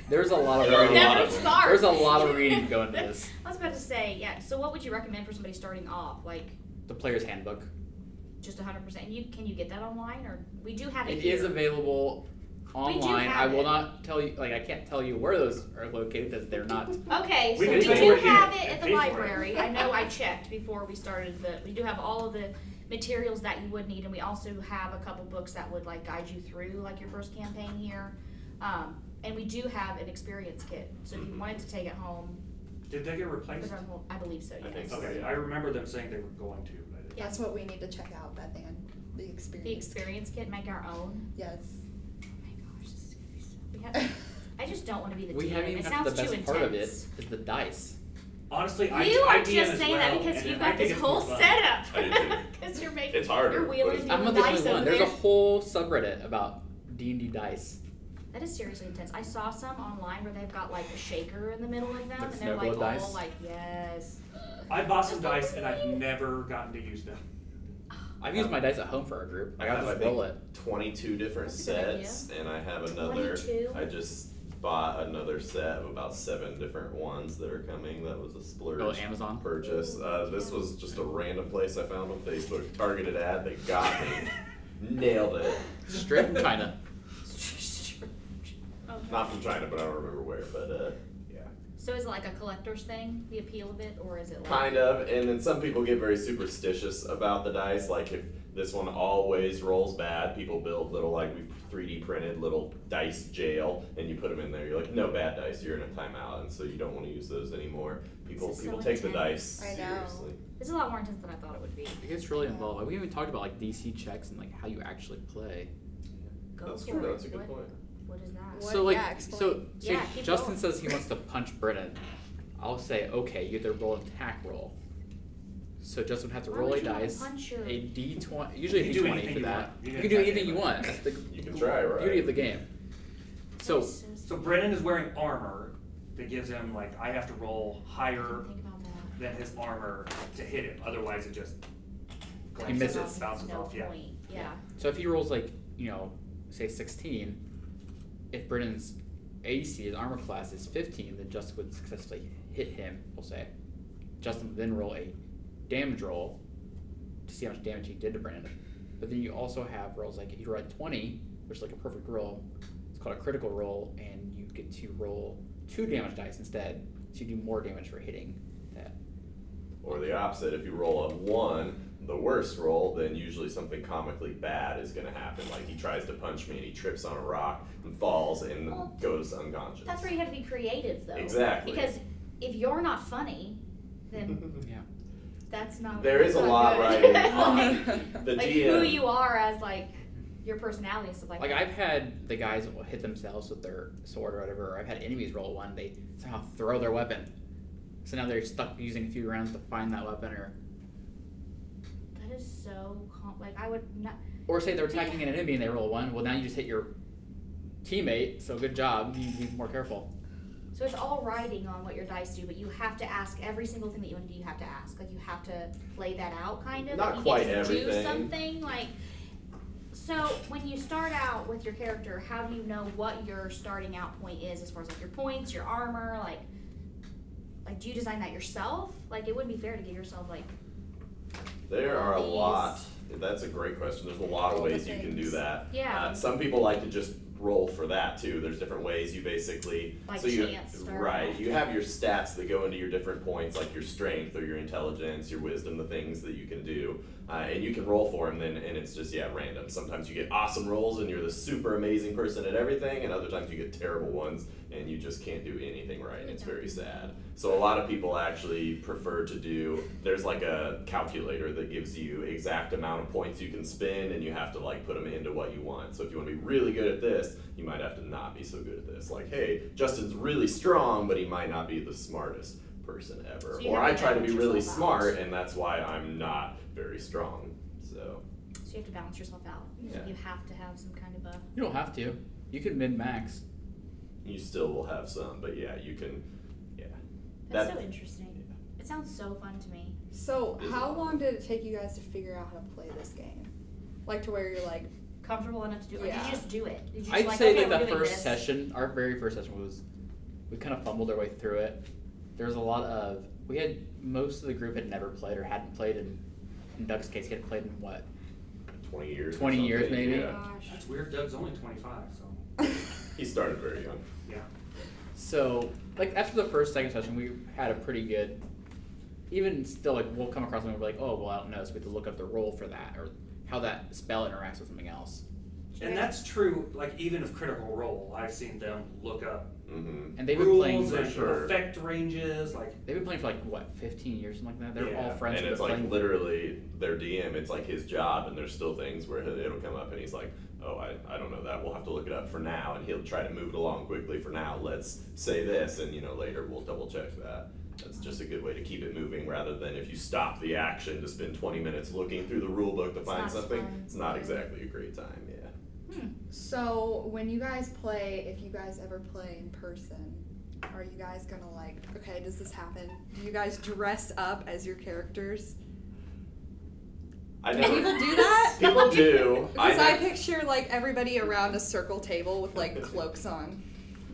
Speaker 5: There's a lot of
Speaker 3: There are a
Speaker 5: reading.
Speaker 3: lot
Speaker 2: never
Speaker 3: of them.
Speaker 2: start.
Speaker 5: There's a lot of reading to go into this.
Speaker 2: I was about to say, yeah. So, what would you recommend for somebody starting off? Like,
Speaker 5: The player's handbook.
Speaker 2: just 100%. And you can you get that online, or we do have it.
Speaker 5: It
Speaker 2: here.
Speaker 5: is available
Speaker 2: do
Speaker 5: online. I
Speaker 2: have
Speaker 5: will
Speaker 2: it.
Speaker 5: not tell you, like, I can't tell you where those are located because they're not.
Speaker 2: Okay,
Speaker 4: We
Speaker 2: so
Speaker 4: can
Speaker 2: we
Speaker 4: take
Speaker 2: do
Speaker 4: it here
Speaker 2: have
Speaker 4: and
Speaker 2: it at
Speaker 4: pay
Speaker 2: the
Speaker 4: for it.
Speaker 2: library. I know I checked before we started the, we do have all of the materials that you would need, and we also have a couple books that would like guide you through like your first campaign here. Um, and we do have an experience kit, so if you
Speaker 3: Mhm.
Speaker 2: wanted to take it home,
Speaker 4: Did they get
Speaker 2: because
Speaker 4: replaced?
Speaker 2: I'm- I believe so,
Speaker 3: I think
Speaker 2: yes.
Speaker 3: so.
Speaker 4: Okay, I remember them saying they were going to. But I didn't.
Speaker 1: That's what we need to check out, Beth Ann. The
Speaker 2: The
Speaker 1: experience.
Speaker 2: experience kit, make our own.
Speaker 1: Yes.
Speaker 2: Oh my gosh, this is gonna be so, we have, I just don't wanna be the
Speaker 5: We haven't
Speaker 2: DM,
Speaker 5: even
Speaker 2: it
Speaker 5: got to
Speaker 2: sounds
Speaker 5: the
Speaker 2: too
Speaker 5: best part of it
Speaker 2: intense.
Speaker 5: is the dice.
Speaker 4: Honestly, I
Speaker 2: You
Speaker 4: I
Speaker 2: are
Speaker 4: DM
Speaker 2: just
Speaker 4: as
Speaker 2: saying
Speaker 4: well,
Speaker 2: that because
Speaker 4: and
Speaker 2: you've
Speaker 4: I
Speaker 2: got
Speaker 4: think
Speaker 2: this
Speaker 4: it's
Speaker 2: whole
Speaker 4: more fun.
Speaker 2: setup.
Speaker 3: I do too.
Speaker 2: Because you're making.
Speaker 3: It's harder,
Speaker 2: You're
Speaker 3: but
Speaker 2: wheeling
Speaker 3: it's-
Speaker 2: and
Speaker 5: I'm
Speaker 2: dealing
Speaker 5: not the only
Speaker 2: dice over
Speaker 5: one. There's a
Speaker 2: there.
Speaker 5: whole subreddit about D and D dice.
Speaker 2: That is seriously intense. I saw some online where they've got like a shaker in the middle of them,
Speaker 5: Like
Speaker 2: and they're
Speaker 5: snow
Speaker 2: like
Speaker 5: globe dice?
Speaker 2: all like, yes.
Speaker 4: I bought some dice and I've never gotten to use them.
Speaker 5: I've used my dice at home for our group. Like,
Speaker 3: I
Speaker 5: I'll
Speaker 3: have,
Speaker 5: just
Speaker 3: I
Speaker 5: roll it.
Speaker 3: 22 different
Speaker 2: That's a good
Speaker 3: sets, and I have another.
Speaker 2: 22?
Speaker 3: I just bought another set of about seven different ones that are coming. That was a splurge
Speaker 5: Go to Oh, Amazon.
Speaker 3: purchase. Uh, this was just a random place I found on Facebook, targeted ad. They got me, nailed it.
Speaker 5: Straight from China.
Speaker 3: Not from China, but I don't remember where. But uh,
Speaker 2: So is it like a collector's thing, the appeal of it, or is it like?
Speaker 3: kind of. And then some people get very superstitious about the dice. Like if this one always rolls bad, people build little like we 3D printed little dice jail, and you put them in there. You're like, no bad dice. You're in a timeout, and so you don't want to use those anymore. People
Speaker 2: This is
Speaker 3: people
Speaker 2: so
Speaker 3: take the
Speaker 2: intense.
Speaker 3: dice
Speaker 1: I know.
Speaker 3: seriously.
Speaker 2: It's a lot more intense than I thought it would be.
Speaker 5: It gets really involved. Like, we haven't even talked about like DC checks and like how you actually play.
Speaker 2: Go
Speaker 3: That's
Speaker 2: for
Speaker 3: true.
Speaker 2: it.
Speaker 3: That's a good
Speaker 2: What-
Speaker 3: point.
Speaker 2: What is that?
Speaker 1: What?
Speaker 5: So like,
Speaker 1: Yeah,
Speaker 5: so
Speaker 1: explain.
Speaker 5: so
Speaker 2: Yeah, keep
Speaker 5: Justin
Speaker 2: going.
Speaker 5: says he wants to punch Brennan. I'll say okay. You either roll attack roll. So Justin would have to
Speaker 2: Why
Speaker 5: roll
Speaker 2: would
Speaker 5: a
Speaker 2: you wanna
Speaker 5: dice,
Speaker 2: punch your-
Speaker 5: a d twenty, usually a
Speaker 4: You
Speaker 5: d
Speaker 4: can do
Speaker 5: twenty
Speaker 4: anything
Speaker 5: for
Speaker 4: you
Speaker 5: that.
Speaker 4: want. You
Speaker 5: You,
Speaker 4: can
Speaker 5: can do
Speaker 4: attack
Speaker 5: anything you
Speaker 4: anybody.
Speaker 5: want. That's the
Speaker 3: You can try, right?
Speaker 5: beauty of the game. So
Speaker 4: So Brennan is wearing armor that gives him like I have to roll higher
Speaker 2: Think about that.
Speaker 4: than his armor to hit it. Otherwise, it just
Speaker 5: He misses.
Speaker 2: Bounces off,
Speaker 4: bounces
Speaker 2: no
Speaker 4: off. Yeah.
Speaker 2: point. Yeah.
Speaker 5: So if he rolls like you know, say sixteen, if Brennan's AC, his armor class is fifteen, then Justin would successfully hit him. We'll say Justin would then roll a damage roll to see how much damage he did to Brennan. But then you also have rolls like if you roll a twenty, which is like a perfect roll, it's called a critical roll, and you get to roll two damage dice instead, so you do more damage for hitting that.
Speaker 3: Or the opposite, if you roll a one, the worst roll, then usually something comically bad is going to happen. Like he tries to punch me and he trips on a rock and falls and
Speaker 2: Well,
Speaker 3: goes unconscious.
Speaker 2: That's where you have to be creative, though.
Speaker 3: Exactly.
Speaker 2: Because if you're not funny, then that's not.
Speaker 3: There is a
Speaker 2: not
Speaker 3: lot
Speaker 2: good.
Speaker 3: right
Speaker 2: like,
Speaker 3: the
Speaker 2: like
Speaker 3: DM.
Speaker 2: who you are as like your personality and stuff like,
Speaker 5: Like
Speaker 2: that.
Speaker 5: I've had the guys that will hit themselves with their sword or whatever, or I've had enemies roll one, they somehow throw their weapon. So now they're stuck using a few rounds to find that weapon or
Speaker 2: That is so com- like I would not.
Speaker 5: or say they're attacking an enemy and they roll one, well now you just hit your teammate, so good job. You need to be more careful.
Speaker 2: So it's all writing on what your dice do, but you have to ask every single thing that you want to do. You have to ask, like you have to play that out, kind of.
Speaker 3: Not
Speaker 2: like, you
Speaker 3: quite
Speaker 2: get to Do
Speaker 3: everything.
Speaker 2: something like. So when you start out with your character, how do you know what your starting out point is, as far as like your points, your armor, like, like do you design that yourself? Like it wouldn't be fair to give yourself like
Speaker 3: There are a
Speaker 2: These.
Speaker 3: lot. That's a great question. There's a lot of
Speaker 1: All the
Speaker 3: ways you can do
Speaker 1: things.
Speaker 3: that.
Speaker 2: Yeah.
Speaker 3: Uh, some people like to just roll for that too. There's different ways you basically
Speaker 2: Like
Speaker 3: so you
Speaker 2: chance start
Speaker 3: right.
Speaker 2: off.
Speaker 3: You have your stats that go into your different points, like your strength or your intelligence, your wisdom, the things that you can do, uh, and you can roll for them. Then and it's just yeah random. Sometimes you get awesome rolls and you're the super amazing person at everything, and other times you get terrible ones and you just can't do anything right. and It's very sad. So a lot of people actually prefer to do. There's like a calculator that gives you exact amount of points you can spend, and you have to like put them into what you want. So if you want to be really good at this, you might have to not be so good at this. Like, hey, Justin's really strong, but he might not be the smartest person ever.
Speaker 2: So you
Speaker 3: or
Speaker 2: have
Speaker 3: I
Speaker 2: to
Speaker 3: try to be
Speaker 2: balance
Speaker 3: really
Speaker 2: yourself out.
Speaker 3: smart, and that's why I'm not very strong. So
Speaker 2: So you have to balance yourself out.
Speaker 3: Yeah.
Speaker 2: You have to have some kind of a.
Speaker 5: You don't have to. You can min max.
Speaker 3: you still will have some, but yeah, you can. Yeah,
Speaker 2: That's
Speaker 3: That-
Speaker 2: so interesting. It sounds so fun to me.
Speaker 1: So,
Speaker 3: Is
Speaker 1: how
Speaker 3: it-
Speaker 1: long did it take you guys to figure out how to play this game? Like to where you're like,
Speaker 2: Comfortable enough to do it. Or did
Speaker 1: Yeah.
Speaker 2: you just do it? Did you just
Speaker 5: I'd
Speaker 2: like,
Speaker 5: say
Speaker 2: okay,
Speaker 5: that
Speaker 2: we're
Speaker 5: the
Speaker 2: doing
Speaker 5: first
Speaker 2: this?
Speaker 5: session, our very first session was, we kind of fumbled our way through it. There was a lot of, we had, most of the group had never played or hadn't played, and in Doug's case, he had played in what,
Speaker 3: twenty years. or
Speaker 5: 20 years,
Speaker 3: something,
Speaker 5: maybe?
Speaker 3: Yeah.
Speaker 1: gosh.
Speaker 4: That's weird. Doug's only 25, so
Speaker 3: He started very young.
Speaker 4: yeah.
Speaker 5: So, like after the first second session, we had a pretty good. Even still, like we'll come across something we're like, oh well, I don't know, so we have to look up the role for that or how that spell interacts with something else.
Speaker 4: And that's true. Like even of Critical Role, I've seen them look up
Speaker 3: Mm-hmm.
Speaker 5: And they've been playing
Speaker 4: rules
Speaker 5: for
Speaker 4: and
Speaker 3: sure.
Speaker 4: effect ranges. Like
Speaker 5: they've been playing for like what fifteen years, something like that. They're all
Speaker 4: Yeah,
Speaker 5: friends.
Speaker 3: and
Speaker 5: who've
Speaker 3: it's
Speaker 5: been
Speaker 3: like
Speaker 5: playing-
Speaker 3: literally their DM. It's like his job, and there's still things where he- it'll come up, and he's like, "Oh, I, I don't know that. We'll have to look it up for now." And he'll try to move it along quickly for now. Let's say this, and you know later we'll double check that. That's just a good way to keep it moving, rather than if you stop the action to spend 20 minutes looking through the rule book to
Speaker 2: It's
Speaker 3: find
Speaker 2: not
Speaker 3: something.
Speaker 2: fun.
Speaker 3: It's not exactly a great time. Yeah.
Speaker 1: So, when you guys play, if you guys ever play in person, are you guys gonna like, okay, does this happen? Do you guys dress up as your characters?
Speaker 3: I
Speaker 1: Do people
Speaker 3: never.
Speaker 1: do that?
Speaker 3: people do.
Speaker 1: Because I,
Speaker 3: never-
Speaker 1: picture like everybody around a circle table with like cloaks on.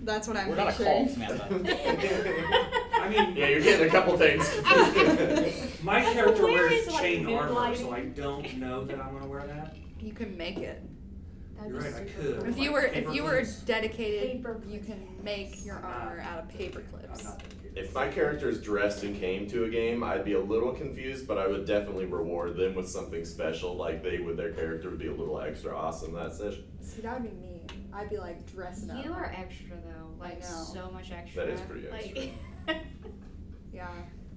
Speaker 1: That's what I'm
Speaker 5: We're not a
Speaker 1: picturing.
Speaker 5: cult, Samantha.
Speaker 4: I mean,
Speaker 3: yeah, you're getting a couple things.
Speaker 4: my
Speaker 2: That's
Speaker 4: character
Speaker 2: hilarious,
Speaker 4: wears
Speaker 2: like,
Speaker 4: chain
Speaker 2: mood
Speaker 4: armor, so I
Speaker 2: lighting.
Speaker 4: don't know that I'm gonna wear that.
Speaker 1: You can make it.
Speaker 2: That'd
Speaker 4: You're
Speaker 2: be
Speaker 4: right, I
Speaker 2: super
Speaker 4: could.
Speaker 2: cool.
Speaker 1: If you
Speaker 4: Like
Speaker 1: were
Speaker 4: paper
Speaker 1: if you were
Speaker 4: clips?
Speaker 1: dedicated,
Speaker 2: Paper
Speaker 1: you
Speaker 2: clips,
Speaker 1: can make your
Speaker 4: I'm
Speaker 1: armor
Speaker 4: not-
Speaker 1: out of paper
Speaker 4: I'm
Speaker 1: clips.
Speaker 4: not that good.
Speaker 3: If my characters dressed and came to a game, I'd be a little confused, but I would definitely reward them with something special, like they would their character would be a little extra awesome that session.
Speaker 1: See, that would be me. I'd be like dressing
Speaker 2: You
Speaker 1: up.
Speaker 2: are extra though, like
Speaker 1: know.
Speaker 2: so much extra.
Speaker 3: That is pretty
Speaker 2: Like,
Speaker 1: Yeah.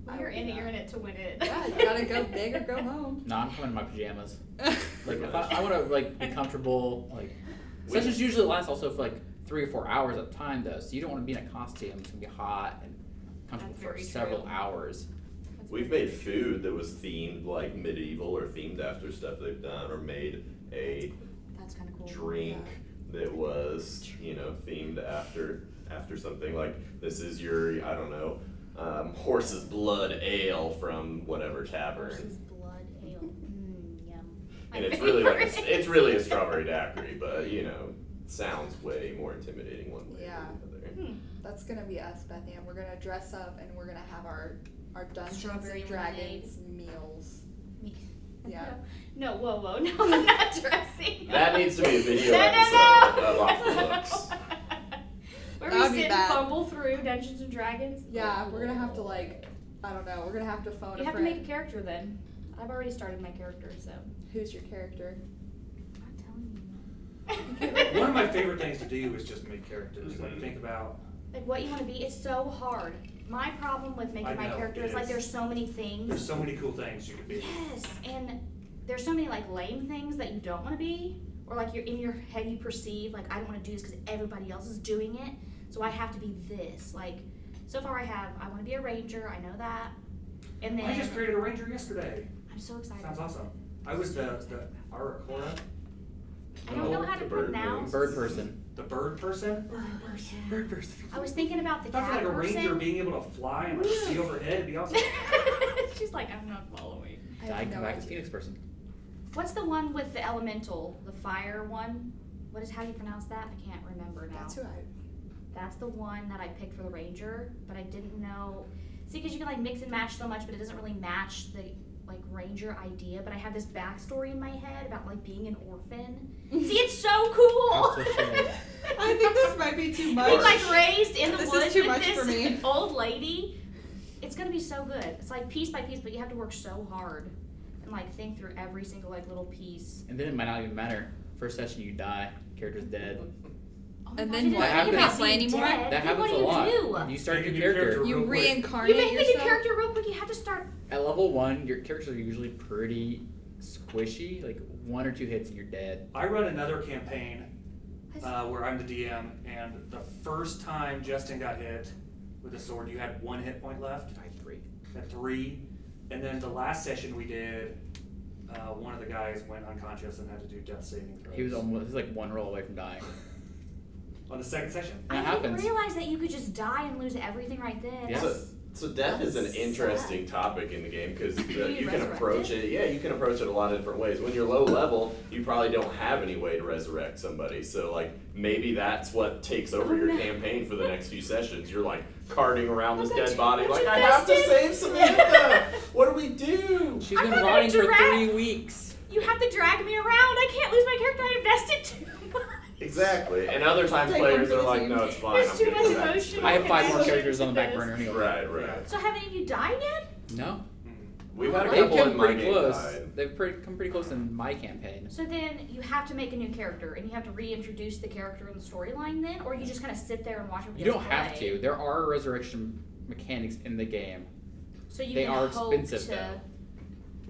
Speaker 1: I
Speaker 2: you're
Speaker 1: would do
Speaker 2: in it.
Speaker 1: that.
Speaker 2: You're in it to win it.
Speaker 1: Yeah, you gotta go big or go home.
Speaker 5: no, I'm coming in my pajamas. Like
Speaker 3: Pretty
Speaker 5: if I,
Speaker 3: much.
Speaker 5: I want to like be comfortable. Like
Speaker 3: We-
Speaker 5: sessions usually last also for like three or four hours at a time though, so you don't want to be in a costume. It's gonna be hot and comfortable
Speaker 2: That's
Speaker 5: for
Speaker 2: very
Speaker 5: several
Speaker 2: true.
Speaker 5: hours.
Speaker 2: That's
Speaker 3: We've made food that was themed like medieval or themed after stuff they've done, or made a
Speaker 2: That's kind of cool.
Speaker 3: drink that was you know themed after after something like this is your I don't know um, horse's blood ale from whatever tavern,
Speaker 2: Versus blood ale. Mm, yum.
Speaker 3: and it's really like a, it's really a strawberry daiquiri, but you know sounds way more intimidating one way
Speaker 1: Yeah.
Speaker 3: than the other.
Speaker 2: Mm.
Speaker 1: That's gonna be us, Bethany. and We're gonna dress up and we're gonna have our our Dungeons
Speaker 2: Strawberry
Speaker 1: and Dragons meals.
Speaker 2: Me-
Speaker 1: Yeah.
Speaker 2: No, whoa, whoa, no, I'm not dressing.
Speaker 3: That needs to be a video
Speaker 2: no,
Speaker 3: episode
Speaker 2: no,
Speaker 3: of
Speaker 2: no.
Speaker 3: Off the Books.
Speaker 2: Where
Speaker 1: That would
Speaker 2: we
Speaker 1: be
Speaker 2: sit and
Speaker 1: bad.
Speaker 2: fumble through Dungeons and Dragons.
Speaker 1: Yeah, we're gonna have to like I don't know. We're gonna have to phone
Speaker 2: You
Speaker 1: a
Speaker 2: have to
Speaker 1: friend.
Speaker 2: make a character then. I've already started my character, so.
Speaker 1: Who's your character?
Speaker 2: I'm telling you.
Speaker 4: One of my favorite things to do is just make characters. Like
Speaker 3: Mhm.
Speaker 4: think about
Speaker 2: Like what you want to be is so hard. My problem with making
Speaker 4: I
Speaker 2: my
Speaker 4: know,
Speaker 2: character
Speaker 4: it
Speaker 2: is like
Speaker 4: is.
Speaker 2: there's so many
Speaker 4: there's
Speaker 2: things.
Speaker 4: so many cool things you could be.
Speaker 2: Yes, and there's so many like lame things that you don't want to be, or like you're in your head you perceive like I don't want to do this because everybody else is doing it, so I have to be this. Like so far I have I want to be a ranger. I know that, and then
Speaker 4: I just created a ranger yesterday.
Speaker 2: I'm so excited.
Speaker 4: Sounds awesome. I was the the Aracora,
Speaker 2: I don't know how to
Speaker 3: Oh, The bird
Speaker 2: pronounce.
Speaker 5: Bird person.
Speaker 4: the bird person. Bird person.
Speaker 2: I was thinking about the
Speaker 4: Thought
Speaker 2: cat
Speaker 4: like a
Speaker 2: person.
Speaker 4: ranger being able to fly and like see overhead would be awesome.
Speaker 2: She's like I'm not following.
Speaker 1: I
Speaker 5: I
Speaker 1: have
Speaker 5: come
Speaker 1: no
Speaker 5: back as
Speaker 1: idea.
Speaker 5: Phoenix person.
Speaker 2: What's the one with the elemental, the fire one? What is how do you pronounce that? I can't remember now.
Speaker 1: That's who I.
Speaker 2: That's the one that I picked for the ranger, but I didn't know. See, because you can like mix and match so much, but it doesn't really match the like ranger idea. But I have this backstory in my head about like being an orphan. See, it's so cool.
Speaker 5: That's so cool.
Speaker 1: I think this might be too much.
Speaker 2: Being like raised in the
Speaker 1: This is
Speaker 2: woods
Speaker 1: too
Speaker 2: with
Speaker 1: much
Speaker 2: this
Speaker 1: for me.
Speaker 2: old lady. It's gonna be so good. It's like piece by piece, but you have to work so hard and like think through every single like little piece.
Speaker 5: And then it might not even matter. First session you die, character's dead.
Speaker 2: Oh my
Speaker 1: And
Speaker 2: gosh,
Speaker 1: then
Speaker 2: I didn't think
Speaker 5: what? That
Speaker 2: about
Speaker 1: happens-
Speaker 2: being
Speaker 1: Play anymore?
Speaker 2: dead. Then
Speaker 5: That
Speaker 2: what
Speaker 5: happens
Speaker 2: do
Speaker 5: a
Speaker 2: you
Speaker 5: lot.
Speaker 2: do?
Speaker 5: You start a
Speaker 4: Make a
Speaker 5: new
Speaker 4: new
Speaker 5: character.
Speaker 4: character. Real
Speaker 1: you
Speaker 4: quick.
Speaker 2: You
Speaker 1: reincarnate
Speaker 2: make
Speaker 1: yourself.
Speaker 2: a new character real quick. You have to start.
Speaker 5: At level one, your characters are usually pretty squishy. Like one or two hits and you're dead.
Speaker 4: I run another campaign uh, where I'm the DM, and the first time Justin got hit with a sword, you had one hit point left
Speaker 5: Die three.
Speaker 4: at three, and then the last session we did, uh, one of the guys went unconscious and had to do death saving throws.
Speaker 5: He was almost he was like one roll away from dying.
Speaker 4: on the second session.
Speaker 2: I
Speaker 5: That happens.
Speaker 2: didn't realize that you could just die and lose everything right then.
Speaker 5: Yeah.
Speaker 2: That's-
Speaker 3: So death is an interesting topic in the game because
Speaker 2: Can you
Speaker 3: you can
Speaker 2: resurrect
Speaker 3: approach it. Yeah, you can approach it a lot of different ways. When you're low level, you probably don't have any way to resurrect somebody. So like maybe that's what takes over
Speaker 2: Oh,
Speaker 3: your
Speaker 2: no.
Speaker 3: campaign for the next few sessions. You're like carting around this
Speaker 2: Look at
Speaker 3: dead
Speaker 2: you,
Speaker 3: body,
Speaker 2: look
Speaker 3: like
Speaker 2: at
Speaker 3: I have to
Speaker 2: Justin."
Speaker 3: save Samantha. what do we do?
Speaker 5: She's
Speaker 2: I'm
Speaker 5: been
Speaker 2: not a
Speaker 5: rotting for
Speaker 2: giraffe.
Speaker 5: three weeks.
Speaker 2: You have to drag me around. I can't lose my character. I invested too much.
Speaker 3: Exactly. And other times
Speaker 1: Take one
Speaker 3: players
Speaker 1: for
Speaker 3: are
Speaker 1: the
Speaker 3: like,
Speaker 1: team.
Speaker 3: no, it's fine.
Speaker 2: There's
Speaker 3: I'm
Speaker 2: too
Speaker 3: good
Speaker 2: much
Speaker 3: with that."
Speaker 2: emotion.
Speaker 5: I have five more
Speaker 2: Okay.
Speaker 5: characters on the back burner anyway.
Speaker 3: Right, right.
Speaker 2: So have any of you died yet?
Speaker 5: No.
Speaker 3: We've had a
Speaker 5: They've
Speaker 3: couple in
Speaker 5: come
Speaker 3: my
Speaker 5: pretty
Speaker 3: game
Speaker 5: close.
Speaker 3: died.
Speaker 5: They've pretty, come pretty close in my campaign.
Speaker 2: So then you have to make a new character and you have to reintroduce the character in the storyline then, or you just kind of sit there and watch them.
Speaker 5: You don't have to. There are resurrection mechanics in the game.
Speaker 2: So you
Speaker 5: They
Speaker 2: can
Speaker 5: are
Speaker 2: hope
Speaker 5: expensive,
Speaker 2: to,
Speaker 5: though.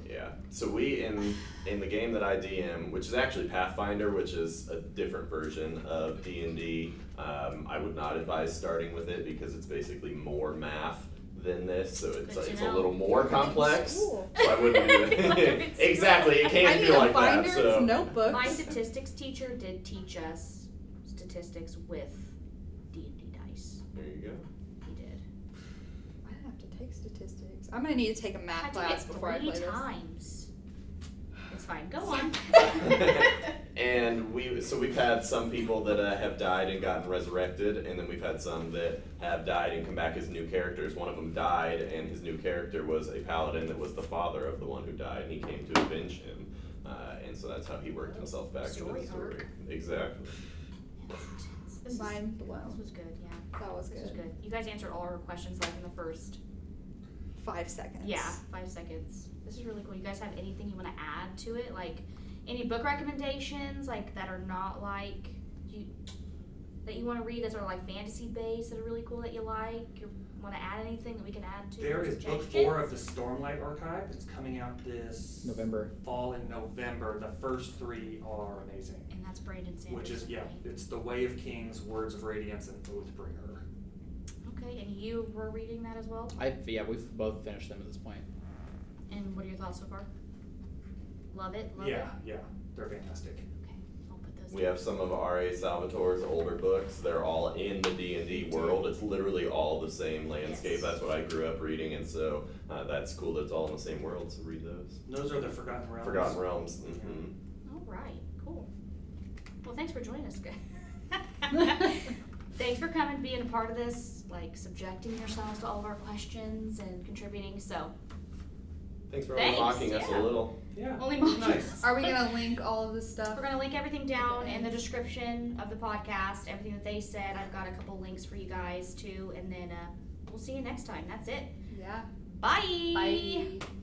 Speaker 3: Yeah. So we in in the game that I DM, which is actually Pathfinder, which is a different version of D and D. um, I would not advise starting with it because it's basically more math than this, so it's
Speaker 2: Good to
Speaker 3: it's a
Speaker 2: know.
Speaker 3: little more complex.
Speaker 1: School.
Speaker 3: So I wouldn't do
Speaker 2: Feel like I'm in
Speaker 3: it.
Speaker 2: school.
Speaker 3: exactly, it
Speaker 1: I
Speaker 3: can
Speaker 1: need
Speaker 3: feel
Speaker 1: a
Speaker 3: like that.
Speaker 1: binder's
Speaker 3: So
Speaker 1: notebooks.
Speaker 2: My statistics teacher did teach us statistics with D and D dice.
Speaker 3: there you go.
Speaker 2: He did.
Speaker 1: I don't have to take statistics. I'm gonna need to take a
Speaker 2: I
Speaker 1: math
Speaker 2: took it
Speaker 1: class before I
Speaker 2: three
Speaker 1: play this.
Speaker 2: times. It's fine. Go on.
Speaker 3: And we so we've had some people that uh, have died and gotten resurrected, and then we've had some that have died and come back as new characters. One of them died, and his new character was a paladin that was the father of the one who died, and he came to avenge him. Uh, and so that's how he worked himself back into
Speaker 2: Story
Speaker 3: the story.
Speaker 2: arc.
Speaker 3: Exactly.
Speaker 2: This, is-
Speaker 1: Mind
Speaker 2: this
Speaker 1: blown.
Speaker 2: was good. Yeah,
Speaker 1: That was
Speaker 2: this was
Speaker 1: good.
Speaker 2: good. You guys answered all our questions like in the first
Speaker 1: Five seconds.
Speaker 2: yeah five seconds. This is really cool. You guys have anything you want to add to it? Like any book recommendations like that are not like you that you want to read that are like fantasy based that are really cool that you like. You want to add anything that we can add to?
Speaker 4: There is book
Speaker 2: suggestions?
Speaker 4: four of the Stormlight Archive. It's coming out this
Speaker 5: November.
Speaker 4: fall in November. The first three are amazing,
Speaker 2: and that's Brandon Sanders.
Speaker 4: which is yeah,
Speaker 2: right?
Speaker 4: it's the Way of Kings, Words of Radiance, and Oathbringer.
Speaker 2: Okay. Okay, and you were reading that as well?
Speaker 5: I yeah, we've both finished them at this point.
Speaker 2: And what are your thoughts so far? Love it, love
Speaker 4: yeah,
Speaker 2: it.
Speaker 4: yeah, they're fantastic.
Speaker 2: Okay, I'll put those.
Speaker 3: We have some of R.A. Salvatore's older books. They're all in the D and D world. It's literally all the same landscape.
Speaker 2: Yes.
Speaker 3: That's what I grew up reading, and so uh, that's cool. That it's all in the same world. So read those.
Speaker 4: Those are the Forgotten Realms.
Speaker 3: Forgotten Realms. hmm
Speaker 2: All right, cool. Well, thanks for joining us, guys. thanks for coming, being a part of this, like subjecting yourselves to all of our questions and contributing. So
Speaker 3: Thanks for
Speaker 2: Thanks,
Speaker 3: mocking us
Speaker 2: yeah.
Speaker 3: a little.
Speaker 4: Yeah.
Speaker 2: only mocking
Speaker 4: Nice.
Speaker 2: us.
Speaker 1: Are we gonna link all of this stuff?
Speaker 2: We're gonna link everything down in the description of the podcast. Everything that they said, I've got a couple links for you guys too, and then uh, we'll see you next time. That's it.
Speaker 1: Yeah.
Speaker 2: Bye.
Speaker 1: Bye.